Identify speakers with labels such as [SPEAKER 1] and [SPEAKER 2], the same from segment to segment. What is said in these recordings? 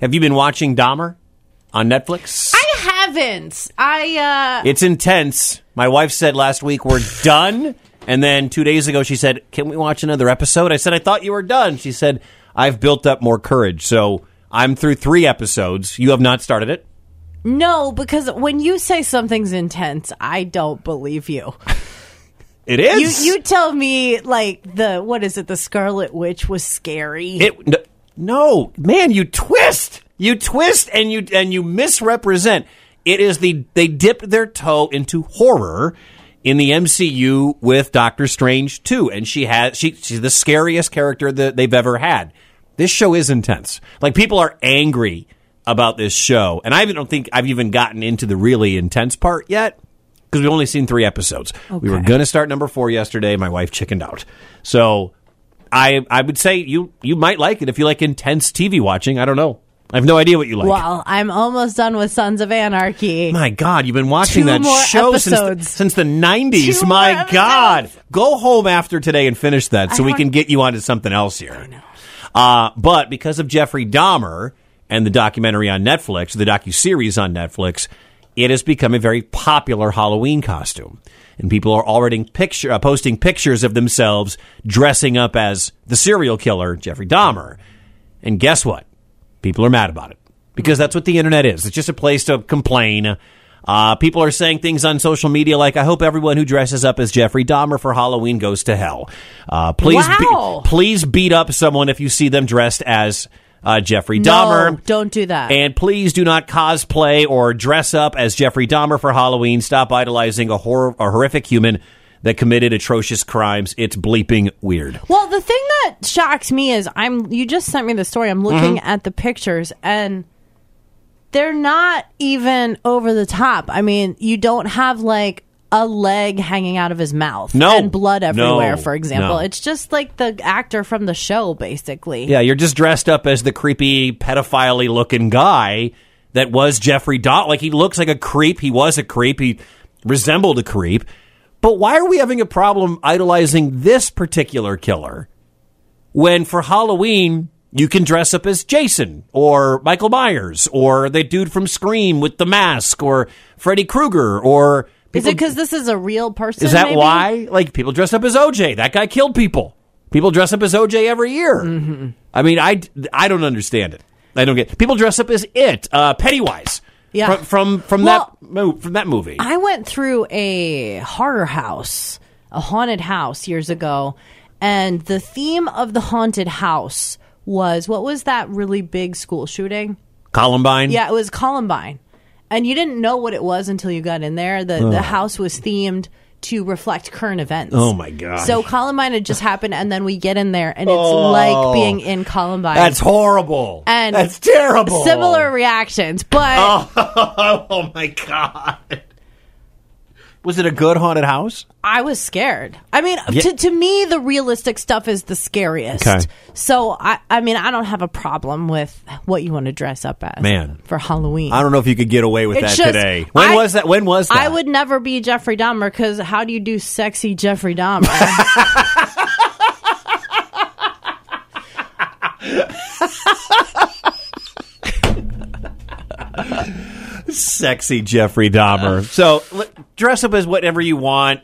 [SPEAKER 1] Have you been watching Dahmer on Netflix?
[SPEAKER 2] I haven't. I uh
[SPEAKER 1] It's intense. My wife said last week we're done, and then two days ago she said, "Can we watch another episode?" I said, "I thought you were done." She said, "I've built up more courage, so I'm through three episodes. You have not started it."
[SPEAKER 2] no because when you say something's intense, I don't believe you.
[SPEAKER 1] It
[SPEAKER 2] You
[SPEAKER 1] is.
[SPEAKER 2] you tell me like the what is it? The Scarlet Witch was scary.
[SPEAKER 1] It n- no, man, you twist, you twist, and you and you misrepresent. It is the they dipped their toe into horror in the MCU with Doctor Strange too, and she has she she's the scariest character that they've ever had. This show is intense. Like people are angry about this show, and I even don't think I've even gotten into the really intense part yet because we've only seen three episodes. We were gonna start number four yesterday. My wife chickened out, so I I would say you you might like it if you like intense TV watching. I don't know. I have no idea what you like.
[SPEAKER 2] well, I'm almost done with Sons of Anarchy.
[SPEAKER 1] My God, you've been watching
[SPEAKER 2] Two
[SPEAKER 1] that
[SPEAKER 2] more
[SPEAKER 1] show
[SPEAKER 2] episodes.
[SPEAKER 1] since the, since the 90s.
[SPEAKER 2] Two
[SPEAKER 1] My
[SPEAKER 2] more
[SPEAKER 1] God. Go home after today and finish that so
[SPEAKER 2] I
[SPEAKER 1] we
[SPEAKER 2] want-
[SPEAKER 1] can get you onto something else here. Uh, but because of Jeffrey Dahmer and the documentary on Netflix, the docuseries on Netflix, it has become a very popular Halloween costume. And people are already picture, uh, posting pictures of themselves dressing up as the serial killer, Jeffrey Dahmer. And guess what? People are mad about it because that's what the internet is. It's just a place to complain. Uh, people are saying things on social media like, "I hope everyone who dresses up as Jeffrey Dahmer for Halloween goes to hell." Uh, please, be-
[SPEAKER 2] Wow.
[SPEAKER 1] please beat up someone if you see them dressed as uh, Jeffrey
[SPEAKER 2] no,
[SPEAKER 1] Dahmer.
[SPEAKER 2] Oh, don't do that.
[SPEAKER 1] And please do not cosplay or dress up as Jeffrey Dahmer for Halloween. Stop idolizing a, hor- a horrific human that committed atrocious crimes. It's bleeping weird.
[SPEAKER 2] Well, the thing that shocks me is I'm you just sent me the story. I'm looking
[SPEAKER 1] Mm-hmm.
[SPEAKER 2] at the pictures and they're not even over the top. I mean, you don't have like a leg hanging out of his mouth
[SPEAKER 1] No.
[SPEAKER 2] and blood everywhere
[SPEAKER 1] No.
[SPEAKER 2] for example.
[SPEAKER 1] No.
[SPEAKER 2] It's just like the actor from the show basically.
[SPEAKER 1] Yeah, you're just dressed up as the creepy pedophile looking guy that was Jeffrey Dot. Like he looks like a creep. He was a creep. He resembled a creep. But why are we having a problem idolizing this particular killer when for Halloween you can dress up as Jason or Michael Myers or the dude from Scream with the mask or Freddy Krueger or
[SPEAKER 2] Is it cuz this is a real person?
[SPEAKER 1] is that
[SPEAKER 2] maybe?
[SPEAKER 1] why? Like people dress up as OJ. That guy killed people. People dress up as OJ every year.
[SPEAKER 2] Mm-hmm.
[SPEAKER 1] I mean, I I don't understand it. I don't get. People dress up as it. Uh, Pennywise.
[SPEAKER 2] Yeah.
[SPEAKER 1] From from, from
[SPEAKER 2] Well-
[SPEAKER 1] that mo- from that movie.
[SPEAKER 2] I went through a horror house, a haunted house years ago, and the theme of the haunted house was what was that really big school shooting?
[SPEAKER 1] Columbine.
[SPEAKER 2] Yeah, it was Columbine. And you didn't know what it was until you got in there. The the house was themed to reflect current events.
[SPEAKER 1] Oh my god.
[SPEAKER 2] So Columbine had just happened and then we get in there and it's like being in Columbine.
[SPEAKER 1] Oh. that's horrible.
[SPEAKER 2] And
[SPEAKER 1] that's terrible.
[SPEAKER 2] Similar reactions, but
[SPEAKER 1] Oh my god. Was it a good haunted house?
[SPEAKER 2] I was scared. I mean, to, to me, the realistic stuff is the scariest.
[SPEAKER 1] Okay.
[SPEAKER 2] So, I, I mean, I don't have a problem with what you want to dress up as
[SPEAKER 1] Man.
[SPEAKER 2] for Halloween.
[SPEAKER 1] I don't know if you could get away with that
[SPEAKER 2] It's just-
[SPEAKER 1] today. When
[SPEAKER 2] I-
[SPEAKER 1] was that? When was that?
[SPEAKER 2] I would never be Jeffrey Dahmer because how do you do sexy Jeffrey Dahmer?
[SPEAKER 1] sexy Jeffrey Dahmer. So l- dress up as whatever you want,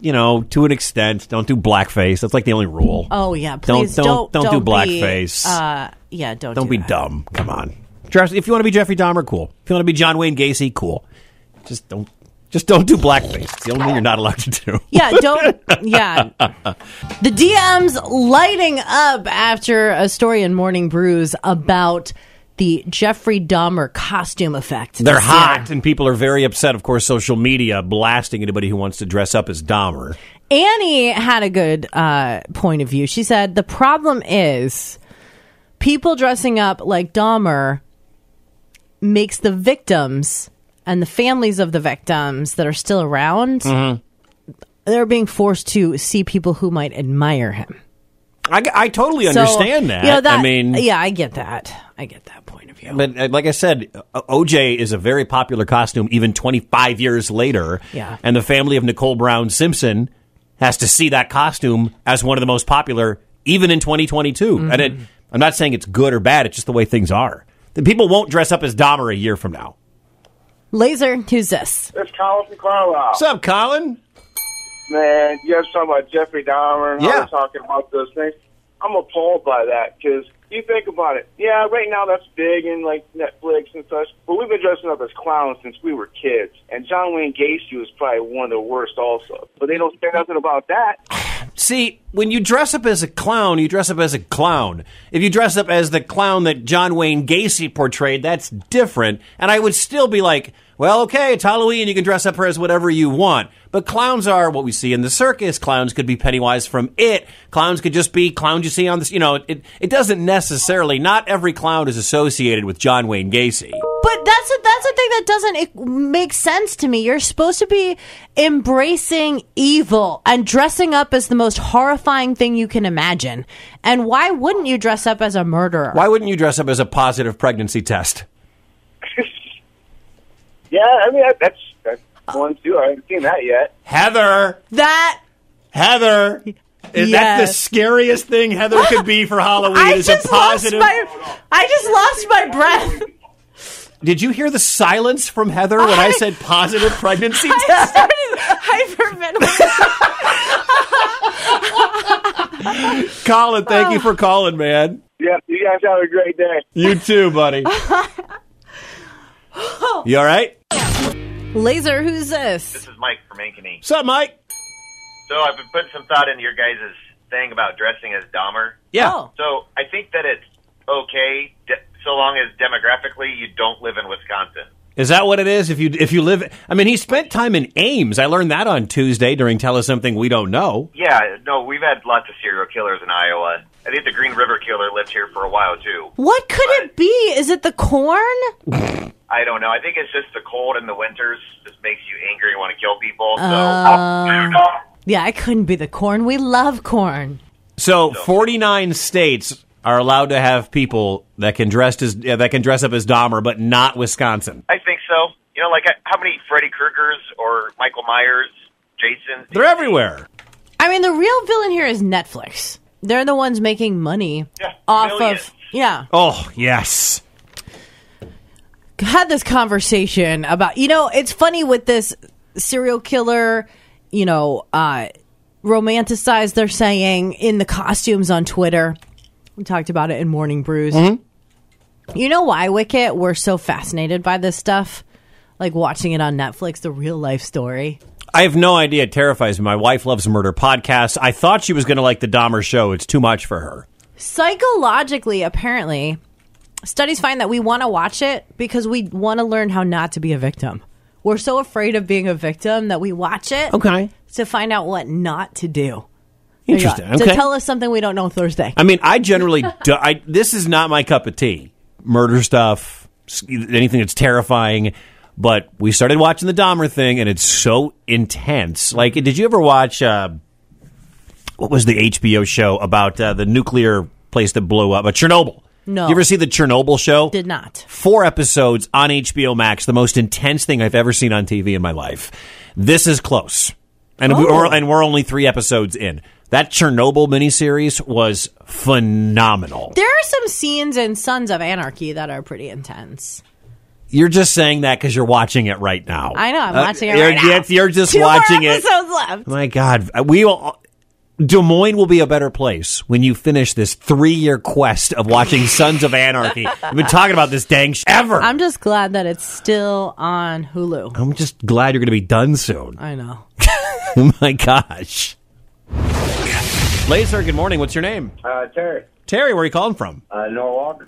[SPEAKER 1] you know, to an extent. Don't do blackface. That's like the only rule.
[SPEAKER 2] oh yeah, please
[SPEAKER 1] don't-
[SPEAKER 2] don't
[SPEAKER 1] don't do
[SPEAKER 2] be,
[SPEAKER 1] blackface.
[SPEAKER 2] uh, yeah, don't
[SPEAKER 1] Don't
[SPEAKER 2] do
[SPEAKER 1] be
[SPEAKER 2] that.
[SPEAKER 1] dumb. Come on. Dress if you want to be Jeffrey Dahmer, cool. If you want to be John Wayne Gacy, cool. Just don't just don't do blackface. It's the only thing you're not allowed to do.
[SPEAKER 2] Yeah, don't. Yeah. The DM's lighting up after a story in Morning Brews about the Jeffrey Dahmer costume effect.
[SPEAKER 1] They're
[SPEAKER 2] this
[SPEAKER 1] hot and people are very upset. Of course, social media blasting anybody who wants to dress up as Dahmer.
[SPEAKER 2] year. Annie had a good uh, point of view. She said the problem is people dressing up like Dahmer makes the victims and the families of the victims that are still around.
[SPEAKER 1] Mm-hmm.
[SPEAKER 2] They're being forced to see people who might admire him.
[SPEAKER 1] I, I totally
[SPEAKER 2] So,
[SPEAKER 1] understand that.
[SPEAKER 2] you know, that.
[SPEAKER 1] I mean,
[SPEAKER 2] yeah, I get that. I get that point of view.
[SPEAKER 1] But uh, like I said, uh, OJ is a very popular costume even 25 years later.
[SPEAKER 2] Yeah.
[SPEAKER 1] And the family of Nicole Brown Simpson has to see that costume as one of the most popular even in 2022. And it, I'm not saying it's good or bad, it's just the way things are. The people won't dress up as Dahmer a year from now.
[SPEAKER 2] Laser, who's this?
[SPEAKER 3] It's Colin from Carlisle.
[SPEAKER 1] What's up, Colin?
[SPEAKER 3] Man, you guys talking about Jeffrey Dahmer and
[SPEAKER 1] Yeah.
[SPEAKER 3] I was talking about those things. I'm appalled by that because you think about it. Yeah, right now that's big in like Netflix and such, but we've been dressing up as clowns since we were kids. And John Wayne Gacy was probably one of the worst, also. But they don't say nothing about that.
[SPEAKER 1] See, when you dress up as a clown, you dress up as a clown. If you dress up as the clown that John Wayne Gacy portrayed, that's different. And I would still be like, well, okay, it's Halloween. You can dress up as whatever you want. But clowns are what we see in the circus. Clowns could be Pennywise from It. Clowns could just be clowns you see on this. You know, it, it doesn't necessarily, not every clown is associated with John Wayne Gacy.
[SPEAKER 2] But that's a, that's a thing that doesn't it, make sense to me. You're supposed to be embracing evil and dressing up as the most horrifying thing you can imagine. And why wouldn't you dress up as a murderer?
[SPEAKER 1] Why wouldn't you dress up as a positive pregnancy test?
[SPEAKER 3] Yeah, I mean that, that's that's one too. I haven't seen that yet.
[SPEAKER 1] Heather!
[SPEAKER 2] That
[SPEAKER 1] Heather. That's the
[SPEAKER 2] Yes.
[SPEAKER 1] scariest thing Heather could be for Halloween.
[SPEAKER 2] I
[SPEAKER 1] is a
[SPEAKER 2] just lost
[SPEAKER 1] positive.
[SPEAKER 2] my I just lost my breath.
[SPEAKER 1] Did you hear the silence from Heather when I,
[SPEAKER 2] I-
[SPEAKER 1] said positive pregnancy
[SPEAKER 2] I
[SPEAKER 1] test?
[SPEAKER 2] started hyperventilating.
[SPEAKER 1] Colin, thank
[SPEAKER 2] Oh.
[SPEAKER 1] you for calling, man.
[SPEAKER 3] Yeah, you guys have a great day.
[SPEAKER 1] You too, buddy. you all right?
[SPEAKER 2] Laser, who's this?
[SPEAKER 4] This is Mike from Ankeny.
[SPEAKER 1] What's up, Mike?
[SPEAKER 4] So I've been putting some thought into your guys' thing about dressing as Dahmer.
[SPEAKER 1] Yeah.
[SPEAKER 2] Oh.
[SPEAKER 4] So I think that it's okay de- so long as demographically you don't live in Wisconsin.
[SPEAKER 1] Is that what it is? If you if you live, I mean, he spent time in Ames. I learned that on Tuesday during Tell Us Something We Don't Know.
[SPEAKER 4] Yeah, no, we've had lots of serial killers in Iowa. I think the Green River Killer lived here for a while too.
[SPEAKER 2] What could it be? Is it the corn?
[SPEAKER 4] I don't know. I think it's just the cold in the winters just makes you angry and want to kill people. So
[SPEAKER 2] Yeah, it couldn't be the corn. We love corn.
[SPEAKER 1] So, 49 states are allowed to have people that can dress as yeah, that can dress up as Dahmer, but not Wisconsin.
[SPEAKER 4] I think so. You know, like I- how many Freddy Kruegers or Michael Myers, Jason?
[SPEAKER 1] They're everywhere.
[SPEAKER 2] I mean, the real villain here is Netflix. They're the ones making money
[SPEAKER 4] Yeah,
[SPEAKER 2] off
[SPEAKER 4] millions.
[SPEAKER 2] of. Yeah.
[SPEAKER 1] Oh yes.
[SPEAKER 2] Had this conversation about, you know, it's funny with this serial killer, you know, uh, romanticized, they're saying in the costumes on Twitter. We talked about it in Morning Brews. You know why, Wicket? We're so fascinated by this stuff. Like watching it on Netflix, the real life story.
[SPEAKER 1] I have no idea. It terrifies me. My wife loves murder podcasts. I thought she was going to like the Dahmer show. It's too much for her.
[SPEAKER 2] psychologically apparently studies find that we want to watch it because we want to learn how not to be a victim we're so afraid of being a victim that we watch it
[SPEAKER 1] Okay.
[SPEAKER 2] to find out what not to do There you go.
[SPEAKER 1] Interesting. Okay.
[SPEAKER 2] to tell us something we don't know thursday
[SPEAKER 1] I mean, I generally do, I this is not my cup of tea. Murder stuff, s- anything that's terrifying. But we started watching the Dahmer thing, and it's so intense. Like, did you ever watch uh, what was the HBO show about uh, the nuclear place that blew up? Uh, Chernobyl.
[SPEAKER 2] No.
[SPEAKER 1] Did you ever see the Chernobyl show?
[SPEAKER 2] did not
[SPEAKER 1] four episodes on HBO Max, the most intense thing I've ever seen on TV in my life. This is close, and we-
[SPEAKER 2] Oh.
[SPEAKER 1] we're and we're only three episodes in. That Chernobyl miniseries was phenomenal.
[SPEAKER 2] there are some scenes in sons of anarchy that are pretty intense
[SPEAKER 1] You're just saying that because you're watching it right now.
[SPEAKER 2] i know i'm
[SPEAKER 1] Uh,
[SPEAKER 2] watching it
[SPEAKER 1] you're,
[SPEAKER 2] right now.
[SPEAKER 1] yes, You're just
[SPEAKER 2] Two more
[SPEAKER 1] watching it.
[SPEAKER 2] episodes left
[SPEAKER 1] My God, we will. Des Moines will be a better place when you finish this three-year quest of watching Sons of Anarchy. I've been talking about this dang sh- ever.
[SPEAKER 2] i'm just glad that it's still on hulu
[SPEAKER 1] I'm just glad you're going to be done soon.
[SPEAKER 2] i know
[SPEAKER 1] Oh my gosh. Laser, good morning. What's your name?
[SPEAKER 5] Uh, Terry,
[SPEAKER 1] Terry, where are you calling from?
[SPEAKER 5] uh, Noah Walker.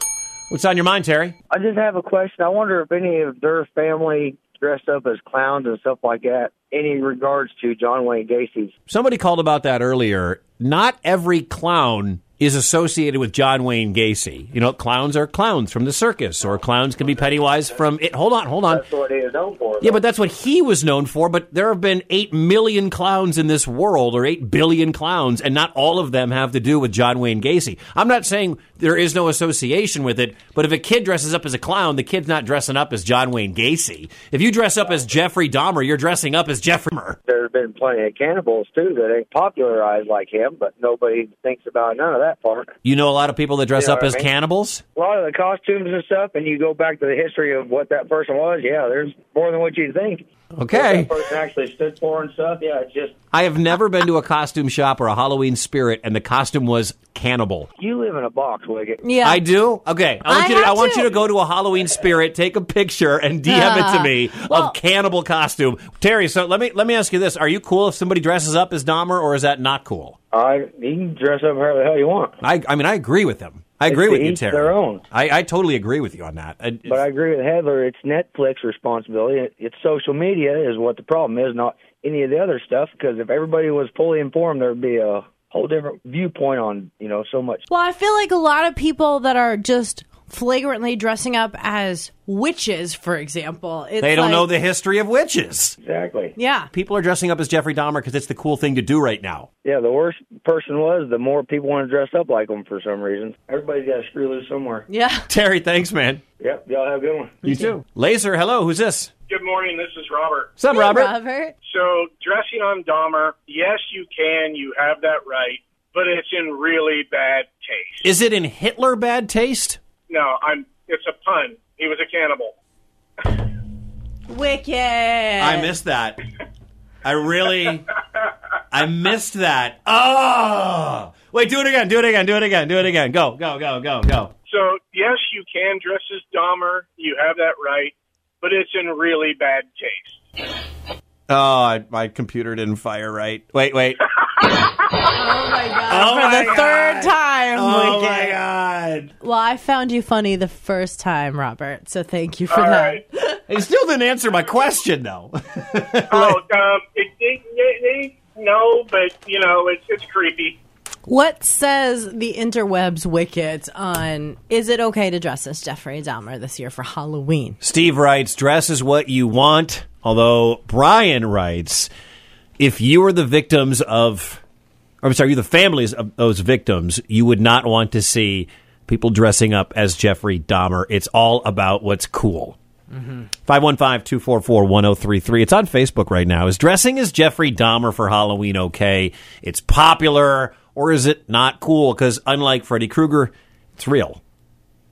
[SPEAKER 1] What's on your mind, Terry?
[SPEAKER 5] I just have a question. I wonder if any of their family dressed up as clowns and stuff like that, any regards to John Wayne Gacy's.
[SPEAKER 1] Somebody called about that earlier. Not every clown is associated with John Wayne Gacy. You know, clowns are clowns from the circus, or clowns can be Pennywise from it. Hold on, hold on.
[SPEAKER 5] That's what he is known for.
[SPEAKER 1] Yeah, but that's what he was known for. But there have been 8 million clowns in this world, or 8 billion clowns, and not all of them have to do with John Wayne Gacy. I'm not saying there is no association with it. But if a kid dresses up as a clown, the kid's not dressing up as John Wayne Gacy. If you dress up as Jeffrey Dahmer, you're dressing up as Jeffrey Dahmer.
[SPEAKER 5] There's been plenty of cannibals too that ain't popularized like him, but nobody thinks about none of that part.
[SPEAKER 1] You know a lot of people that dress
[SPEAKER 5] Yeah,
[SPEAKER 1] up
[SPEAKER 5] I
[SPEAKER 1] as
[SPEAKER 5] mean-
[SPEAKER 1] cannibals?
[SPEAKER 5] A lot of the costumes and stuff, and you go back to the history of what that person was. Yeah, there's more than what you think.
[SPEAKER 1] Okay.
[SPEAKER 5] What that person actually stood for and stuff. Yeah, it's just
[SPEAKER 1] I have never been to a costume shop or a Halloween spirit, and the costume was cannibal.
[SPEAKER 5] you live in a box, Wicket.
[SPEAKER 2] Yeah.
[SPEAKER 1] I do. Okay, I want
[SPEAKER 2] I
[SPEAKER 1] you. To, I
[SPEAKER 2] have
[SPEAKER 1] want
[SPEAKER 2] to. Uh,
[SPEAKER 1] you to go to a Halloween spirit, take a picture, and DM it to me
[SPEAKER 2] well-
[SPEAKER 1] of cannibal costume. Terry, so let me let me ask you this: Are you cool if somebody dresses up as Dahmer, or is that not cool?
[SPEAKER 5] I you can dress up however the hell you want.
[SPEAKER 1] I I mean, I agree with them. I agree
[SPEAKER 5] to
[SPEAKER 1] with you,
[SPEAKER 5] each
[SPEAKER 1] Terry.
[SPEAKER 5] their own.
[SPEAKER 1] I, I totally agree with you on that. I,
[SPEAKER 5] But I agree with Heather. It's Netflix responsibility. It- It's social media is what the problem is, not any of the other stuff. Because if everybody was fully informed, there'd be a whole different viewpoint on you know so much.
[SPEAKER 2] Well, I feel like a lot of people that are just flagrantly dressing up as witches, for example, it's
[SPEAKER 1] they don't
[SPEAKER 2] like-
[SPEAKER 1] know the history of witches.
[SPEAKER 5] Exactly.
[SPEAKER 2] Yeah.
[SPEAKER 1] People are dressing up as Jeffrey Dahmer because it's the cool thing to do right now.
[SPEAKER 5] Yeah. The worse person was, the more people want to dress up like them for some reason. Everybody's got a screw loose somewhere.
[SPEAKER 2] Yeah.
[SPEAKER 1] Terry, thanks, man.
[SPEAKER 5] Yep. Y'all have a good one.
[SPEAKER 1] You too. Laser, hello. Who's this?
[SPEAKER 6] Good morning. This is Robert.
[SPEAKER 1] What's up, Robert?
[SPEAKER 2] Robert.
[SPEAKER 6] So, dressing on Dahmer, yes, you can. You have that right, but it's in really bad taste.
[SPEAKER 1] Is it in Hitler bad taste?
[SPEAKER 6] No, I'm. It's a pun. He was a cannibal.
[SPEAKER 2] Wicked.
[SPEAKER 1] I missed that. I really, I missed that. Oh, wait, do it again, do it again, do it again, do it again. Go, go, go, go, go.
[SPEAKER 6] So, yes, you can dress as Dahmer. You have that right, but it's in really bad taste.
[SPEAKER 1] Oh, I, my computer didn't fire right. Wait, wait.
[SPEAKER 2] Oh my god.
[SPEAKER 1] Oh
[SPEAKER 2] For
[SPEAKER 1] my
[SPEAKER 2] the
[SPEAKER 1] God.
[SPEAKER 2] third time.
[SPEAKER 1] Oh
[SPEAKER 2] Wicked.
[SPEAKER 1] my god!
[SPEAKER 2] Well, I found you funny the first time, Robert. So thank you for
[SPEAKER 6] All
[SPEAKER 2] that.
[SPEAKER 6] right.
[SPEAKER 1] It still didn't answer my question though.
[SPEAKER 6] Oh, um, it, it, it, it, no, but you know, it's it's creepy.
[SPEAKER 2] What says the interwebs wicket on is it okay to dress as Jeffrey Dahmer this year for Halloween?
[SPEAKER 1] Steve writes, dress is what you want. Although Brian writes, if you were the victims of, I'm sorry, you the families of those victims, you would not want to see people dressing up as Jeffrey Dahmer. It's all about what's cool. 515 244 1033. It's on Facebook right now. Is dressing as Jeffrey Dahmer for Halloween okay? It's popular, or is it not cool? Because unlike Freddy Krueger, it's real.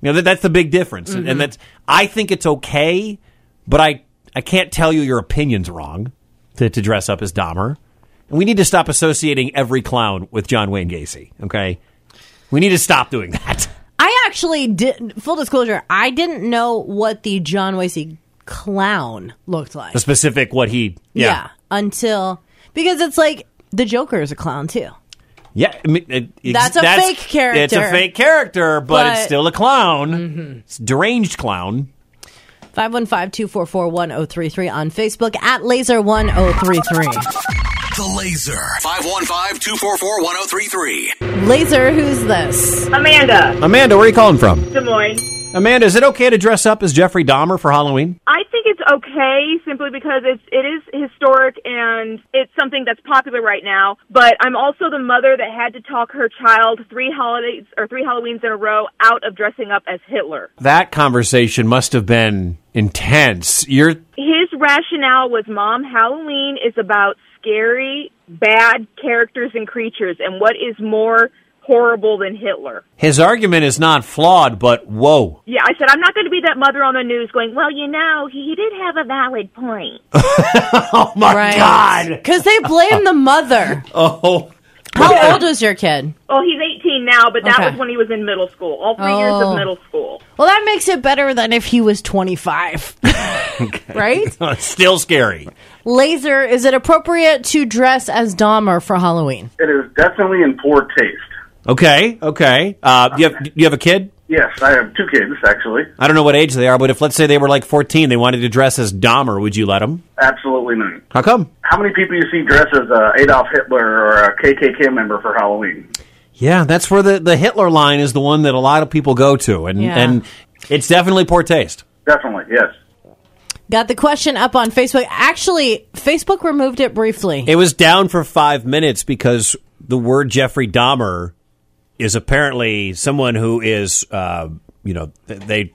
[SPEAKER 1] You know, that, that's the big difference. And-
[SPEAKER 2] Mm-hmm.
[SPEAKER 1] And that's, I think it's okay, but I, I can't tell you your opinion's wrong to, to dress up as Dahmer. And we need to stop associating every clown with John Wayne Gacy, okay? We need to stop doing that.
[SPEAKER 2] I actually did full disclosure, I didn't know what the John Wasey clown looked like.
[SPEAKER 1] The specific what he, yeah.
[SPEAKER 2] Until because it's like the Joker is a clown too.
[SPEAKER 1] Yeah, I mean, it- it's-
[SPEAKER 2] That's a fake character.
[SPEAKER 1] It's a fake character, but, it's
[SPEAKER 2] But- Mm-hmm.
[SPEAKER 1] still a clown. It's a deranged clown.
[SPEAKER 2] 515-244-1033 on Facebook at laser1033.
[SPEAKER 7] The Laser. 515-244-1033.
[SPEAKER 2] Laser, who's this?
[SPEAKER 8] Amanda,
[SPEAKER 1] Amanda, where are you calling from?
[SPEAKER 8] Des Moines.
[SPEAKER 1] Amanda, is it okay to dress up as Jeffrey Dahmer for Halloween?
[SPEAKER 8] I think it's okay simply because it's it is historic and it's something that's popular right now. But I'm also the mother that had to talk her child three holidays or three Halloweens in a row out of dressing up as Hitler.
[SPEAKER 1] That conversation must have been intense. You're
[SPEAKER 8] His rationale was, "Mom, Halloween is about scary, bad characters and creatures, and what is more horrible than Hitler?"
[SPEAKER 1] his argument is not flawed, but whoa.
[SPEAKER 8] Yeah, I said I'm not going to be that mother on the news going, "Well, you know, he did have a valid point."
[SPEAKER 1] Oh my
[SPEAKER 2] Right.
[SPEAKER 1] god.
[SPEAKER 2] Because they blame the mother.
[SPEAKER 1] Oh.
[SPEAKER 2] How old was your kid?
[SPEAKER 8] Well, he's 18 now, but that
[SPEAKER 2] Okay.
[SPEAKER 8] was when he was in middle school. All three years
[SPEAKER 2] Oh.
[SPEAKER 8] of middle school.
[SPEAKER 2] Well, that makes it better than if he was 25. Right?
[SPEAKER 1] Still scary.
[SPEAKER 2] Laser, is it appropriate to dress as Dahmer for Halloween?
[SPEAKER 9] It is definitely in poor taste.
[SPEAKER 1] Okay, okay. Uh, do you have do you have a kid?
[SPEAKER 9] Yes, I have two kids actually.
[SPEAKER 1] I don't know what age they are, but if let's say they were like 14, they wanted to dress as Dahmer, would you let them?
[SPEAKER 9] Absolutely none.
[SPEAKER 1] How come?
[SPEAKER 9] How many people you see dress as uh, Adolf Hitler or a KKK member for Halloween?
[SPEAKER 1] Yeah, that's where the, the Hitler line is the one that a lot of people go to, and
[SPEAKER 2] Yeah.
[SPEAKER 1] and it's definitely poor taste.
[SPEAKER 9] Definitely, yes.
[SPEAKER 2] Got the question up on Facebook. Actually, Facebook removed it briefly.
[SPEAKER 1] It was down for five minutes because the word Jeffrey Dahmer is apparently someone who is, uh, you know, th- they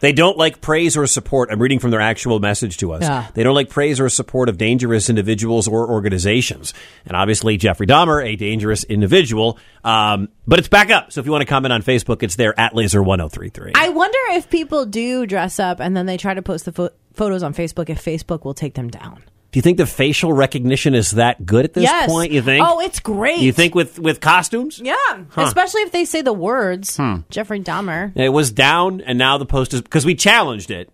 [SPEAKER 1] they don't like praise or support. I'm reading from their actual message to us.
[SPEAKER 2] Yeah.
[SPEAKER 1] They don't like praise or support of dangerous individuals or organizations. And obviously, Jeffrey Dahmer, a dangerous individual. Um, but it's back up. So if you want to comment on Facebook, it's there at laser1033.
[SPEAKER 2] I wonder if people do dress up and then they try to post the pho- photos on Facebook if Facebook will take them down.
[SPEAKER 1] Do you think the facial recognition is that good at this
[SPEAKER 2] yes.
[SPEAKER 1] point? You think?
[SPEAKER 2] Oh, it's great.
[SPEAKER 1] you think with with costumes?
[SPEAKER 2] Yeah, especially if they say the words
[SPEAKER 1] Hmm.
[SPEAKER 2] Jeffrey Dahmer.
[SPEAKER 1] It was down, and now the post is oh because we challenged it,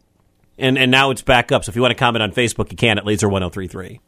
[SPEAKER 1] and and now it's back up. So if you want to comment on Facebook, you can at Laser1033.